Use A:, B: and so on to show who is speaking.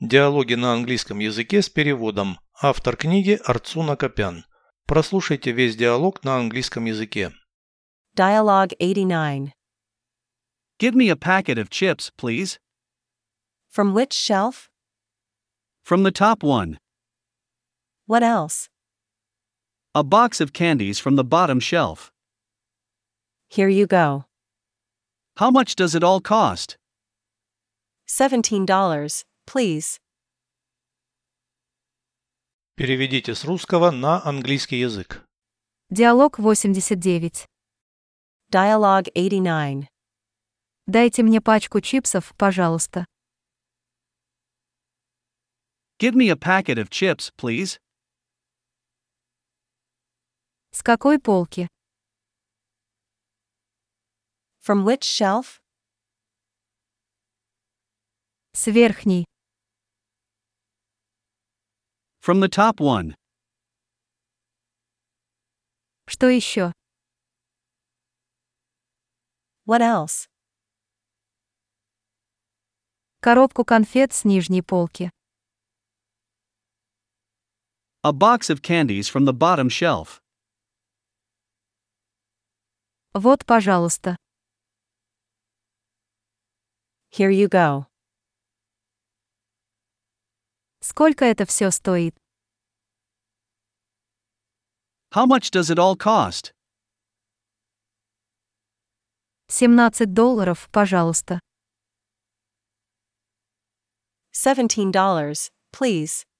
A: Диалоги на английском языке с переводом. Автор книги Арцуна Копян. Прослушайте весь диалог на английском языке.
B: Dialogue 89.
C: Give me a packet of chips, please.
B: From which shelf?
C: From the top one.
B: What else?
C: A box of candies from the bottom shelf.
B: Here you go.
C: How much does it all cost?
B: $17, please.
A: Переведите с русского на английский язык.
D: Диалог 89.
B: Dialogue 89.
D: Дайте мне пачку чипсов, пожалуйста.
C: Give me a packet of chips, please.
D: С какой полки?
B: From which shelf?
D: С верхней.
C: From the top one.
D: Что еще?
B: What else?
D: Коробку конфет с нижней полки.
C: A box of candies from the bottom shelf.
D: Вот, пожалуйста.
B: Here you go.
D: Сколько это все стоит?
C: How much does it all cost?
D: 17 долларов, пожалуйста.
B: $17, please.